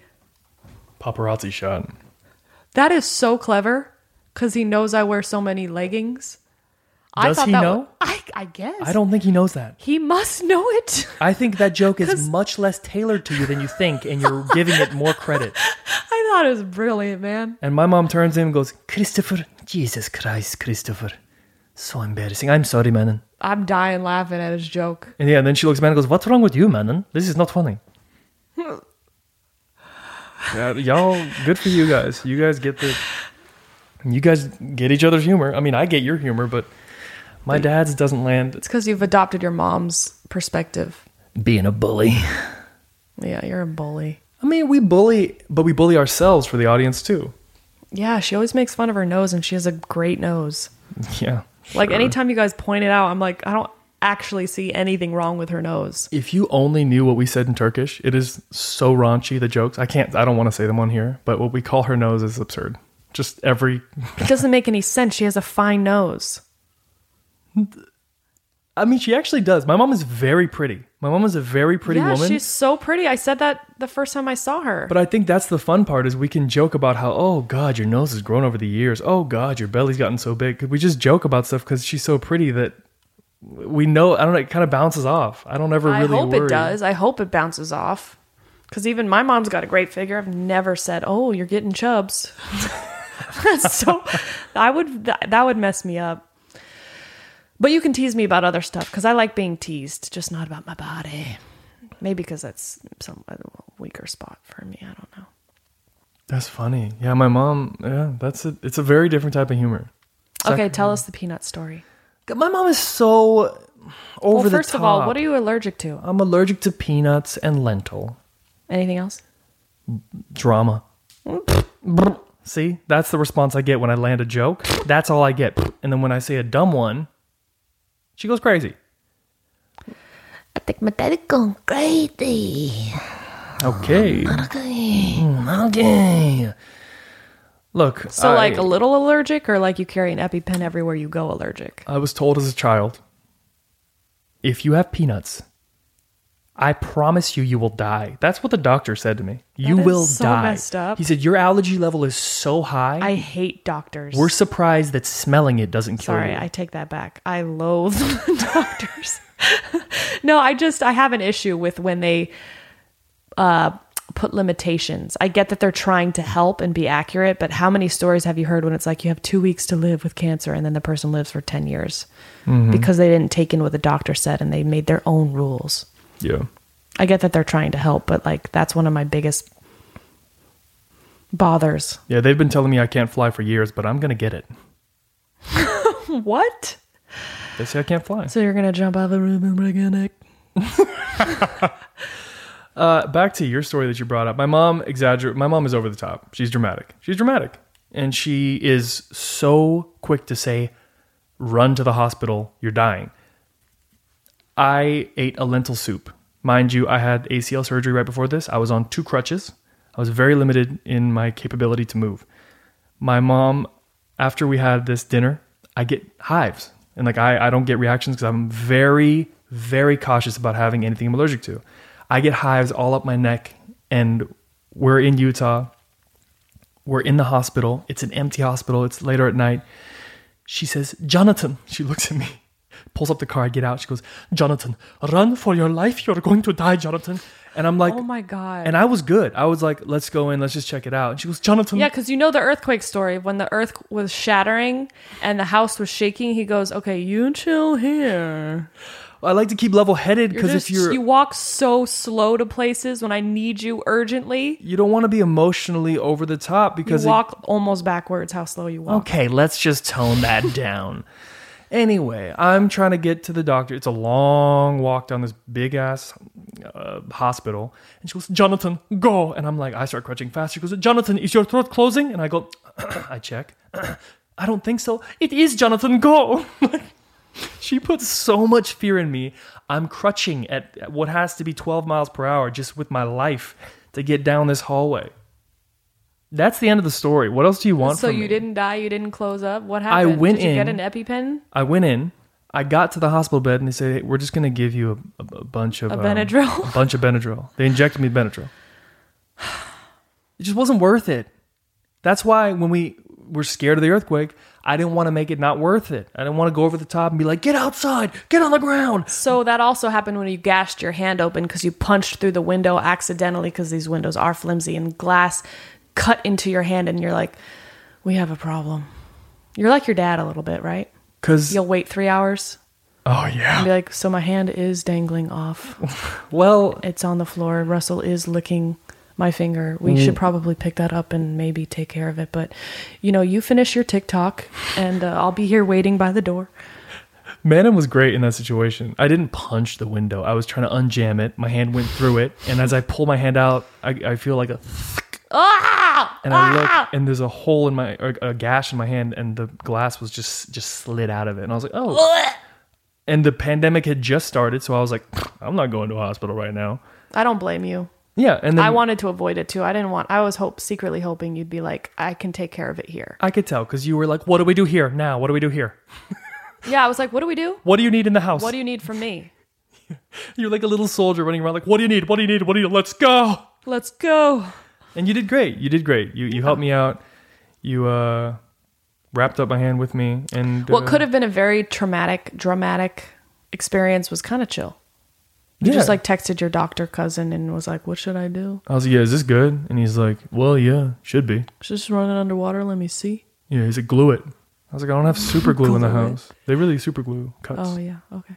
paparazzi shot. That is so clever because he knows I wear so many leggings. I Does thought he that know? wa- I, I guess. I don't think he knows that. He must know it. I think that joke Because- is much less tailored to you than you think, and you're giving it more credit. I thought it was brilliant, man. And my mom turns to him and goes, Christopher, Jesus Christ, Christopher. So embarrassing. I'm sorry, Manon. I'm dying laughing at his joke. and yeah, and then she looks at me and goes, What's wrong with you, man? This is not funny. Yeah, y'all, good for you guys. You guys get the. You guys get each other's humor. I mean, I get your humor, but my dad's doesn't land. It's because you've adopted your mom's perspective. Being a bully. Yeah, you're a bully. I mean, we bully, but we bully ourselves for the audience too. Yeah, she always makes fun of her nose, and she has a great nose. Yeah. Like anytime you guys point it out, I'm like, I don't actually see anything wrong with her nose. If you only knew what we said in Turkish, it is so raunchy the jokes. I can't I don't want to say them on here, but what we call her nose is absurd. Just every It doesn't make any sense. She has a fine nose. I mean she actually does. My mom is very pretty. My mom is a very pretty yeah, woman. she's so pretty. I said that the first time I saw her. But I think that's the fun part is we can joke about how oh god your nose has grown over the years. Oh god your belly's gotten so big. We just joke about stuff cuz she's so pretty that we know I don't know it kind of bounces off. I don't ever I really hope worry. it does. I hope it bounces off. Because even my mom's got a great figure. I've never said, "Oh, you're getting chubs." That's so I would th- that would mess me up. But you can tease me about other stuff because I like being teased, just not about my body. Maybe because that's some a weaker spot for me. I don't know. That's funny. Yeah, my mom, yeah, that's a, it's a very different type of humor. Okay, tell us the peanut story. My mom is so over well, the first of all, top. what are you allergic to? I'm allergic to peanuts and lentil. Anything else? Drama. See, that's the response I get when I land a joke. That's all I get. And then when I say a dumb one, she goes crazy. I think my daddy gone crazy. Okay. Okay. Okay. Look, So, I, like a little allergic, or like you carry an EpiPen everywhere you go, allergic. I was told as a child, if you have peanuts I promise you, you will die. That's what the doctor said to me. you is will so die. messed up. He said, Your allergy level is so high. I hate doctors. we're surprised that smelling it doesn't kill Sorry, you. I take that back. I loathe doctors. no, I just I have an issue with when they uh put limitations. I get that they're trying to help and be accurate, but how many stories have you heard when it's like you have 2 weeks to live with cancer and then the person lives for 10 years because they didn't take in what the doctor said and they made their own rules. yeah. I get that they're trying to help, but like that's one of my biggest bothers. Yeah, they've been telling me I can't fly for years, but I'm going to get it. What? They say I can't fly. So you're going to jump out of the room and we're going to Uh, back to your story that you brought up. My mom exaggerate. My mom is over the top. She's dramatic. She's dramatic, and she is so quick to say, "Run to the hospital. You're dying." I ate a lentil soup. Mind you, I had ACL surgery right before this. I was on two crutches. I was very limited in my capability to move. My mom, after we had this dinner, I get hives. And like I, I don't get reactions because I'm very, very cautious about having anything I'm allergic to. I get hives all up my neck, and we're in Utah. We're in the hospital. It's an empty hospital. It's later at night. She says, Jonathan. She looks at me, pulls up the car. I get out. She goes, Jonathan, run for your life. You're going to die, Jonathan. And I'm like, Oh my god. And I was good. I was like, let's go in. Let's just check it out. And she goes, Jonathan. Yeah, because you know the earthquake story when the earth was shattering and the house was shaking. He goes, "Okay, you chill here." I like to keep level headed because if Just- you're. You- you walk so slow to places when I need you urgently, don't want to be emotionally over the top you because it- walk almost backwards. How slow you walk. Okay, let's just tone that down. Anyway, I'm trying to get to the doctor. It's a long walk down this big ass uh, hospital. And she goes, Jonathan, go. And I'm like, I start crutching fast. She goes, Jonathan, is your throat closing? And I go, I check. I don't think so. It is, Jonathan, go. she puts so much fear in me. I'm crutching at at what has to be 12 miles per hour just with my life to get down this hallway. That's the end of the story. What else do you want So from you me? didn't die. You didn't close up. What happened? went Did you get in- an EpiPen, I went in. I got to the hospital bed and they said, hey, "We're just going to give you a, a, a bunch of a um, Benadryl? a bunch of Benadryl." They injected me Benadryl. It just wasn't worth it. That's why when we were scared of the earthquake, I didn't want to make it not worth it. I didn't want to go over the top and be like, "Get outside, get on the ground." So that also happened when you gashed your hand open because you punched through the window accidentally because these windows are flimsy and glass cut into your hand and you're like, we have a problem. You're like your dad a little bit, right? Because You'll wait three hours oh and yeah, be like, so my hand is dangling off. well It's on the floor. Russell is licking my finger. We should probably pick that up and maybe take care of it. But, you know, you finish your TikTok and uh, I'll be here waiting by the door. Manon was great in that situation. I didn't punch the window. I was trying to unjam it. My hand went through it, and as I pull my hand out, I, I feel like a Ah! and I look, and there's a hole in my, or a gash in my hand, and the glass was just just slid out of it, and I was like, oh. And the pandemic had just started, so I was like, I'm not going to a hospital right now. I don't blame you. Yeah, and then I wanted to avoid it too. I didn't want. I was hope secretly hoping you'd be like, I can take care of it here. I could tell because you were like, what do we do here now? What do we do here? Yeah, I was like, what do we do? What do you need in the house? What do you need from me? You're like a little soldier running around, like, what do you need? What do you need? What do you? Let's go. Let's go. And you did great. You did great. You you helped me out. You uh wrapped up my hand with me, and What uh, could have been a very traumatic, dramatic experience was kind of chill. You just Yeah. like texted your doctor cousin and was like, "What should I do? I was like, yeah, is this good? And he's like, well, yeah, should be. Should just run it underwater. Let me see." Yeah, he's like, glue it. I was like, I don't have super glue in the Glue it. house. They really super glue cuts. Oh yeah, okay.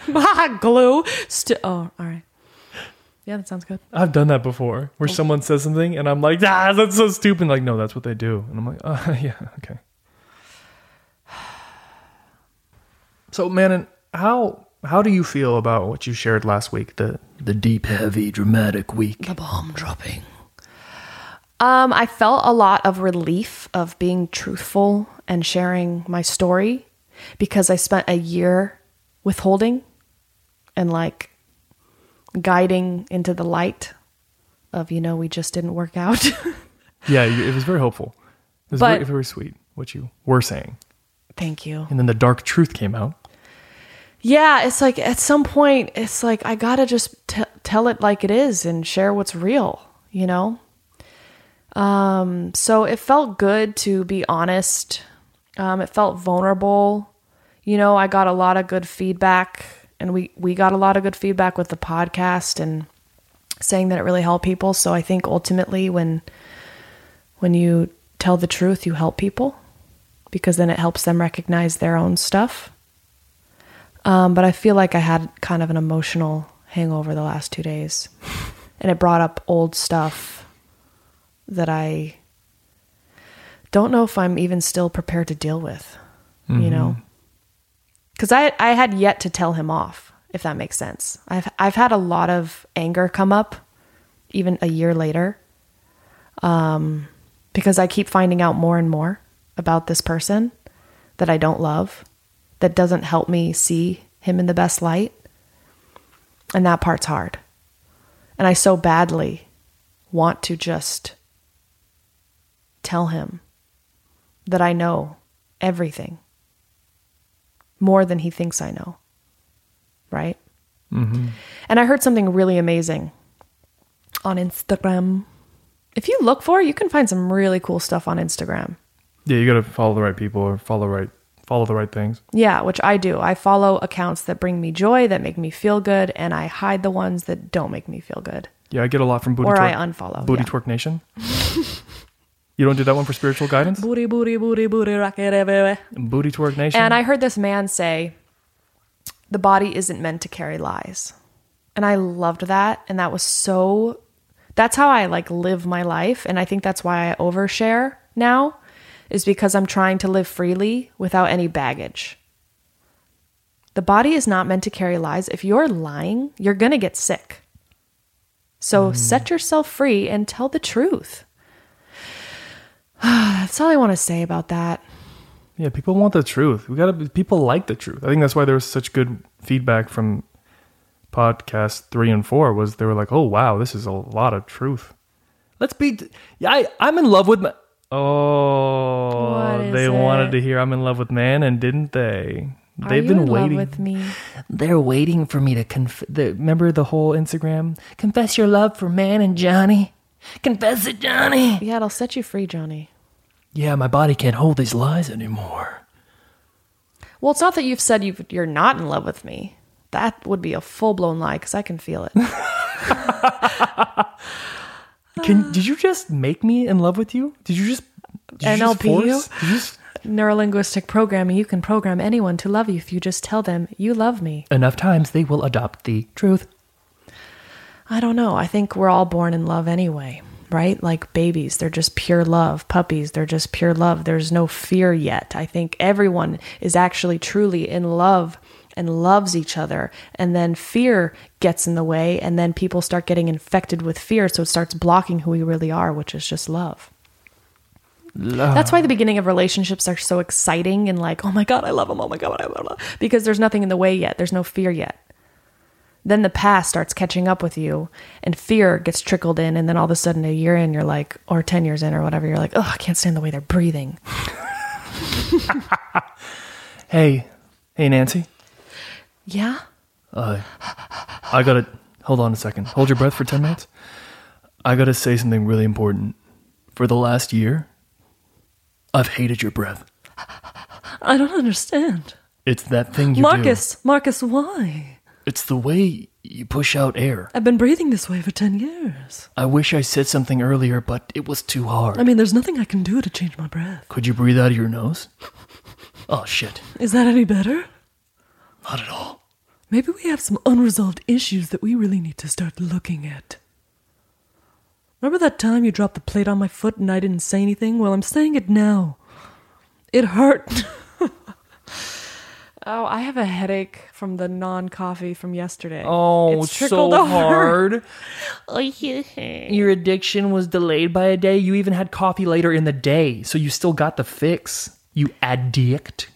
Bah, glue. Sti- oh, all right. Yeah, that sounds good. I've done that before where someone says something and I'm like, ah, that's so stupid. Like, no, that's what they do. And I'm like, uh, yeah, okay. So, Manon, how how do you feel about what you shared last week? The the deep, heavy, dramatic week. The bomb dropping. Um, I felt a lot of relief of being truthful and sharing my story because I spent a year withholding and like guiding into the light of, you know, we just didn't work out. Yeah, you- it was very hopeful. It was But- very, very sweet what you were saying, Thank you. and then the dark truth came out. yeah, it's like at some point, it's like I gotta just t- tell it like it is and share what's real, you know? Um, so it felt good to be honest. Um, it felt vulnerable. You know, I got a lot of good feedback and we, we got a lot of good feedback with the podcast and saying that it really helped people. So I think ultimately when, when you tell the truth, you help people because then it helps them recognize their own stuff. Um, but I feel like I had kind of an emotional hangover the last two days, and it brought up old stuff that I don't know if I'm even still prepared to deal with, you know? Because I I had yet to tell him off, if that makes sense. I've I've had a lot of anger come up, even a year later, um, because I keep finding out more and more about this person that I don't love, that doesn't help me see him in the best light, and that part's hard. And I so badly want to just tell him that I know everything more than he thinks I know. Right? And I heard something really amazing on Instagram. If you look for it, you can find some really cool stuff on Instagram. Yeah, you got to follow the right people or follow right follow the right things. Yeah, which I do. I follow accounts that bring me joy, that make me feel good, and I hide the ones that don't make me feel good. Yeah, I get a lot from booty Or I twerk. unfollow, booty yeah. twerk nation. you don't do that one for spiritual guidance. Booty, booty, booty, booty, rock it, eh, baby. Booty twerk nation. And I heard this man say, the body isn't meant to carry lies. And I loved that. And that was so, that's how I like live my life. And I think that's why I overshare now, is because I'm trying to live freely without any baggage. The body is not meant to carry lies. If you're lying, you're going to get sick. So Mm. set yourself free and tell the truth. That's all I want to say about that. yeah, people want the truth. We got to. People like the truth. I think that's why there was such good feedback from podcast three and four. Was they were like, oh wow, this is a lot of truth. Let's be. Yeah, I, I'm in love with. Ma- What oh, is they it? wanted to hear I'm in love with man, and didn't they? Are They've you been in love waiting. with me. They're waiting for me to conf- the, remember the whole Instagram? Confess your love for man and Johnny. Confess it, Johnny. Yeah, it'll set you free, Johnny. Yeah, my body can't hold these lies anymore. Well, it's not that you've said you've, you're not in love with me. That would be a full blown lie because I can feel it. uh, Can did you just make me in love with you? Did you just did you just NLP you? force- did you just- Neurolinguistic programming, you can program anyone to love you if you just tell them you love me. Enough times they will adopt the truth. I don't know. I think we're all born in love anyway, right? Like babies, they're just pure love. Puppies, they're just pure love. There's no fear yet. I think everyone is actually truly in love and loves each other. And then fear gets in the way, and then people start getting infected with fear. So it starts blocking who we really are, which is just love. That's why the beginning of relationships are so exciting and like, oh my God, I love him. Oh my God, blah, blah, blah. because there's nothing in the way yet. There's no fear yet. Then the past starts catching up with you and fear gets trickled in. And then all of a sudden, a year in, you're like, or 10 years in or whatever, you're like, oh, I can't stand the way they're breathing. Hey, hey Nancy, Yeah. I gotta hold on a second. Hold your breath for ten minutes. I gotta say something really important. For the last year, I've hated your breath. I don't understand. It's that thing you Marcus, Marcus, why? do. It's the way you push out air. I've been breathing this way for 10 years. I wish I said something earlier, but it was too hard. I mean, there's nothing I can do to change my breath. Could you breathe out of your nose? Oh shit, Is that any better? not at all. Maybe we have some unresolved issues that we really need to start looking at. Remember that time you dropped the plate on my foot and I didn't say anything? Well, I'm saying it now. It hurt. oh, I have a headache from the non coffee from yesterday. Oh, It's so trickled over. hard. Oh, yeah. Your addiction was delayed by a day. You even had coffee later in the day, so you still got the fix. You addict.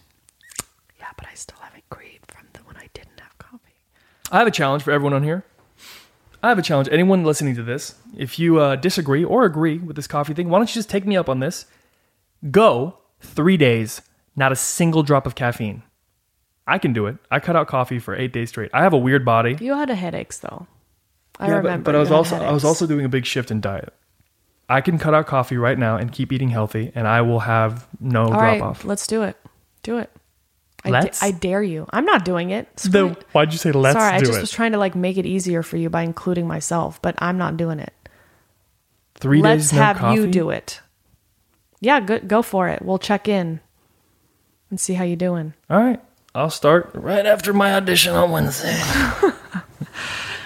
Yeah, but I still haven't grieved from the when I didn't have coffee. I have a challenge for everyone on here. I have a challenge. Anyone listening to this, if you uh, disagree or agree with this coffee thing, why don't you just take me up on this? Go three days, not a single drop of caffeine. I can do it. I cut out coffee for eight days straight. I have a weird body. You had a headaches though. I Yeah, but- remember. But, you I was had also I was headaches. also doing a big shift in diet. I can cut out coffee right now and keep eating healthy, and I will have no All drop right, off. let's do it. Do it. I da- Let's? I dare you. I'm not doing it. The, why'd you say let's Sorry, I do just it? was trying to like make it easier for you by including myself, but I'm not doing it. Three Let's days no have coffee. you do it. Yeah, good. Go for it. We'll check in and see how you doing. All right, I'll start. Right after my audition on Wednesday.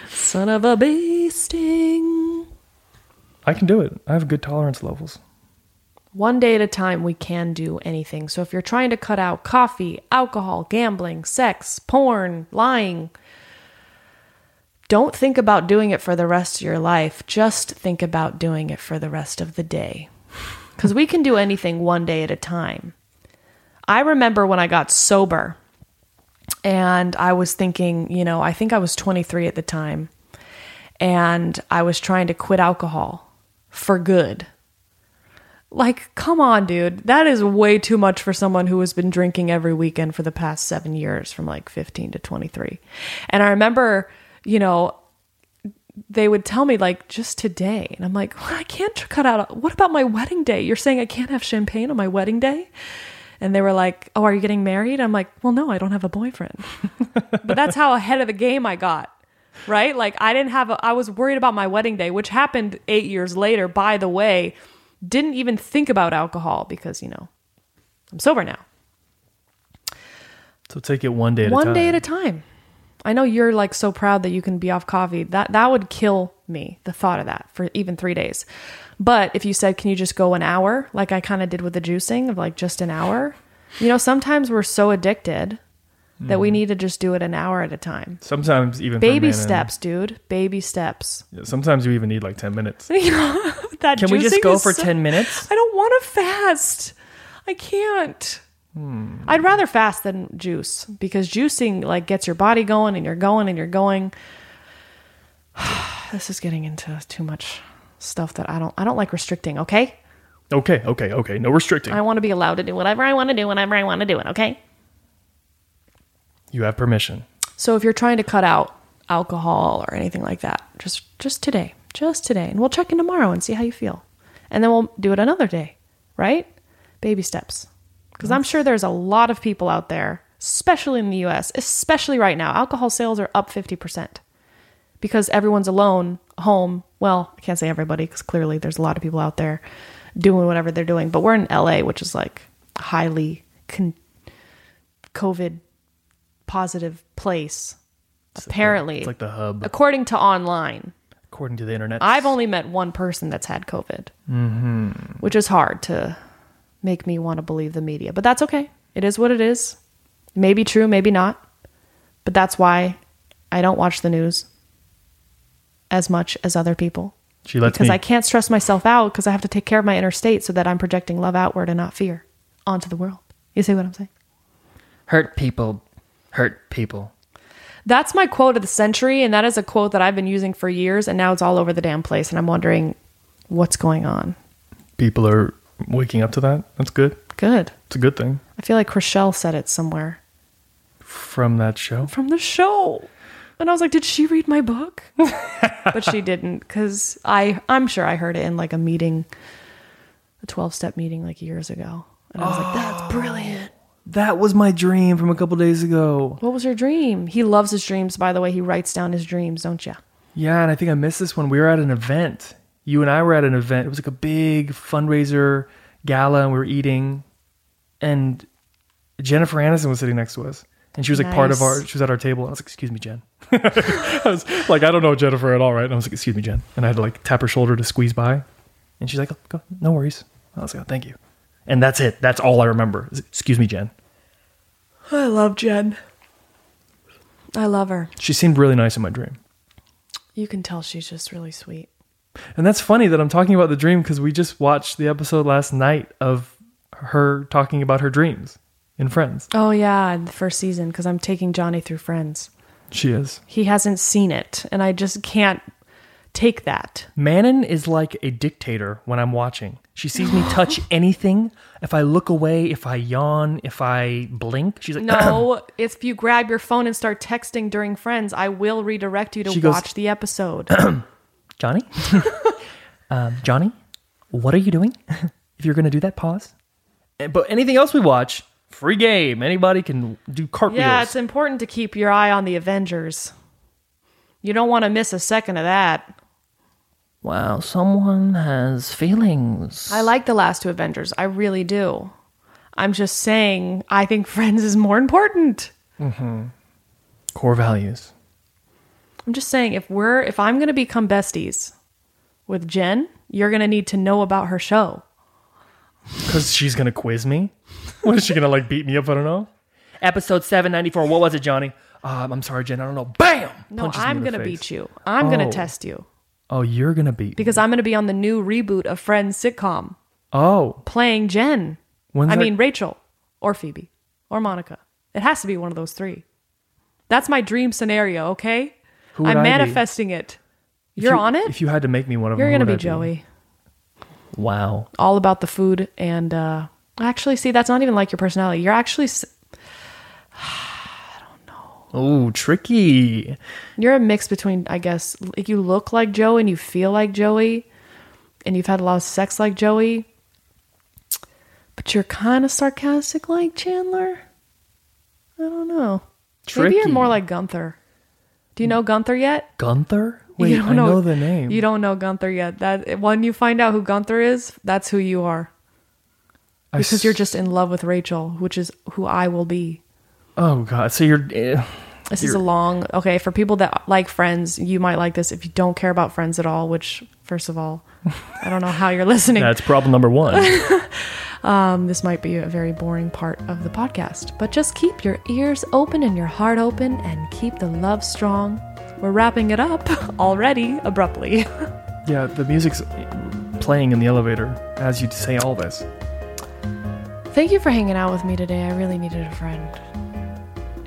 Son of a bee sting. I can do it. I have good tolerance levels. One day at a time, we can do anything. So if you're trying to cut out coffee, alcohol, gambling, sex, porn, lying, don't think about doing it for the rest of your life. Just think about doing it for the rest of the day. Because we can do anything one day at a time. I remember when I got sober and I was thinking, you know, I think I was 23 at the time and I was trying to quit alcohol for good. Like, come on, dude. That is way too much for someone who has been drinking every weekend for the past seven years, from like 15 to 23. And I remember, you know, they would tell me, like, just today. And I'm like, well, I can't tr- cut out. What about my wedding day? You're saying I can't have champagne on my wedding day? And they were like, oh, are you getting married? I'm like, well, no, I don't have a boyfriend. but that's how ahead of the game I got. Right? Like I didn't have a I was worried about my wedding day, which happened 8 years later by the way. Didn't even think about alcohol because, you know, I'm sober now. So take it one day at One a time. day at a time. I know you're like so proud that you can be off coffee. That that would kill me the thought of that for even 3 days. But if you said, "Can you just go an hour?" like I kind of did with the juicing of like just an hour. You know, sometimes we're so addicted that Mm. we need to just do it an hour at a time. Sometimes even for Baby men and- steps, dude. Baby steps. Yeah, Sometimes you even need like ten minutes. That Can we just juicing go is for so- 10 minutes? I don't want to fast. I can't. I'd rather fast than juice because juicing like gets your body going and you're going and you're going. this is getting into too much stuff that I don't I don't like restricting, okay? Okay, okay, okay. No restricting. I want to be allowed to do whatever I want to do whenever I want to do it, okay? you have permission. So if you're trying to cut out alcohol or anything like that, just just today, just today, and we'll check in tomorrow and see how you feel, and then we'll do it another day, right? Baby steps, because I'm sure there's a lot of people out there, especially in the U.S., especially right now, alcohol sales are up fifty percent because everyone's alone home. Well, I can't say everybody because clearly there's a lot of people out there doing whatever they're doing, but we're in L.A., which is like highly con- COVID positive place. apparently, It's like the hub, according to online, according to the internet. I've only met one person that's had COVID, mm-hmm. which is hard to make me want to believe the media, but that's okay. It is what it is. Maybe true, maybe not. But that's why I don't watch the news as much as other people she lets because me. I can't stress myself out because I have to take care of my inner state so that I'm projecting love outward and not fear onto the world. You see what I'm saying? Hurt people. Hurt people. That's my quote of the century, and that is a quote that I've been using for years, and now it's all over the damn place, and I'm wondering what's going on. People are waking up to that. That's good. Good. It's a good thing. I feel like Rochelle said it somewhere From that show, from the show. And I was like, did she read my book? but she didn't, because I I'm sure I heard it in like a meeting, a 12 step meeting like years ago. And I was like, that's brilliant. Oh. that was my dream from a couple days ago. What was your dream? He loves his dreams, by the way. He writes down his dreams, don't you? Yeah, and I think I missed this one. We were at an event. You and I were at an event. It was like a big fundraiser gala, and we were eating. And Jennifer Aniston was sitting next to us, and she was like part of Nice. our. She was at our table, and I was like, "Excuse me, Jen." I was like, "I don't know Jennifer at all, right?" And I was like, "Excuse me, Jen," and I had to like tap her shoulder to squeeze by, and she's like, oh, "Go, no worries." I was like, oh, "Thank you," and that's it. That's all I remember. is, Excuse me, Jen. I love Jen. I love her. She seemed really nice in my dream. You can tell she's just really sweet. And that's funny that I'm talking about the dream because we just watched the episode last night of her talking about her dreams in Friends. Oh yeah, in the first season because I'm taking Johnny through Friends. She is. He hasn't seen it, and I just can't take that. Manon is like a dictator when I'm watching. She sees me touch anything. If I look away, if I yawn, if I blink, she's like, No, if you grab your phone and start texting during friends, I will redirect you to She goes- watch the episode. Johnny? um, Johnny, what are you doing? if you're going to do that, pause. And- But anything else we watch, free game. Anybody can do cartwheels. yeah, it's important to keep your eye on the Avengers. You don't want to miss a second of that. Wow, someone has feelings. I like the last two Avengers. I really do. I'm just saying, I think Friends is more important. Core values. I'm just saying if we're if I'm going to become besties with Jen, you're going to need to know about her show. Because she's going to quiz me. What is she going to like beat me up? I don't know. Episode 794. What was it, Johnny? Um, I'm sorry, Jen. I don't know. Bam! No, Punches me I'm in the going to face. beat you. I'm going Oh. to test you Oh, you're going to beat me. because I'm going to be on the new reboot of Friends sitcom Oh. playing Jen. When's I that- mean Rachel or Phoebe or Monica. It has to be one of those 3. That's my dream scenario, okay? Who would I'm I be? manifesting it. If You're you- on it? If you had to make me one of You're them, going to who be would I Joey. Wow. all about the food and uh actually see that's not even like your personality you're actually s- Oh, tricky. you're a mix between i guess like you look like joey and you feel like joey and you've had a lot of sex like joey but you're kind of sarcastic like chandler i don't know maybe Tricky. you're more like gunther do you know gunther yet Gunther? Wait, I know, the name. you don't know gunther yet that when you find out who gunther is that's who you are I because s- you're just in love with rachel which is who i will be Oh god. So you're. eh, This is a long okay for people that like Friends. You might like this if you don't care about Friends at all. Which, first of all, I don't know how you're listening. That's problem number one. Um, this might be a very boring part of the podcast, but just keep your ears open and your heart open, and keep the love strong. We're wrapping it up already abruptly. yeah, the music's playing in the elevator as you say all this. Thank you for hanging out with me today. I really needed a friend.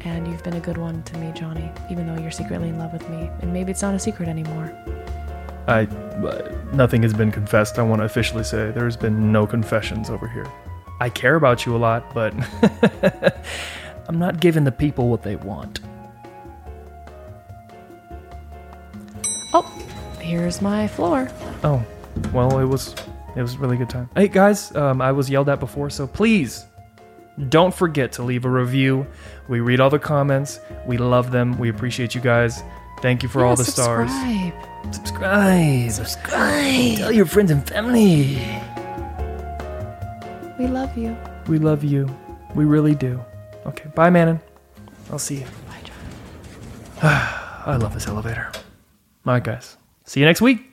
And you've been a good one to me, Johnny, even though you're secretly in love with me. And maybe it's not a secret anymore. I. uh, Nothing has been confessed. I want to officially say there's been no confessions over here. I care about you a lot, but I'm not giving the people what they want. Oh, here's my floor. Oh, well, it was it was a really good time. Hey guys, um, I was yelled at before, so please don't forget to leave a review. We read all the comments. We love them. We appreciate you guys. Thank you for all Yeah, the stars. subscribe. Subscribe. Subscribe. Tell your friends and family. We love you. We love you. We really do. Okay, bye, Manon. I'll see you. Bye, John. I love this elevator. All right, guys. See you next week.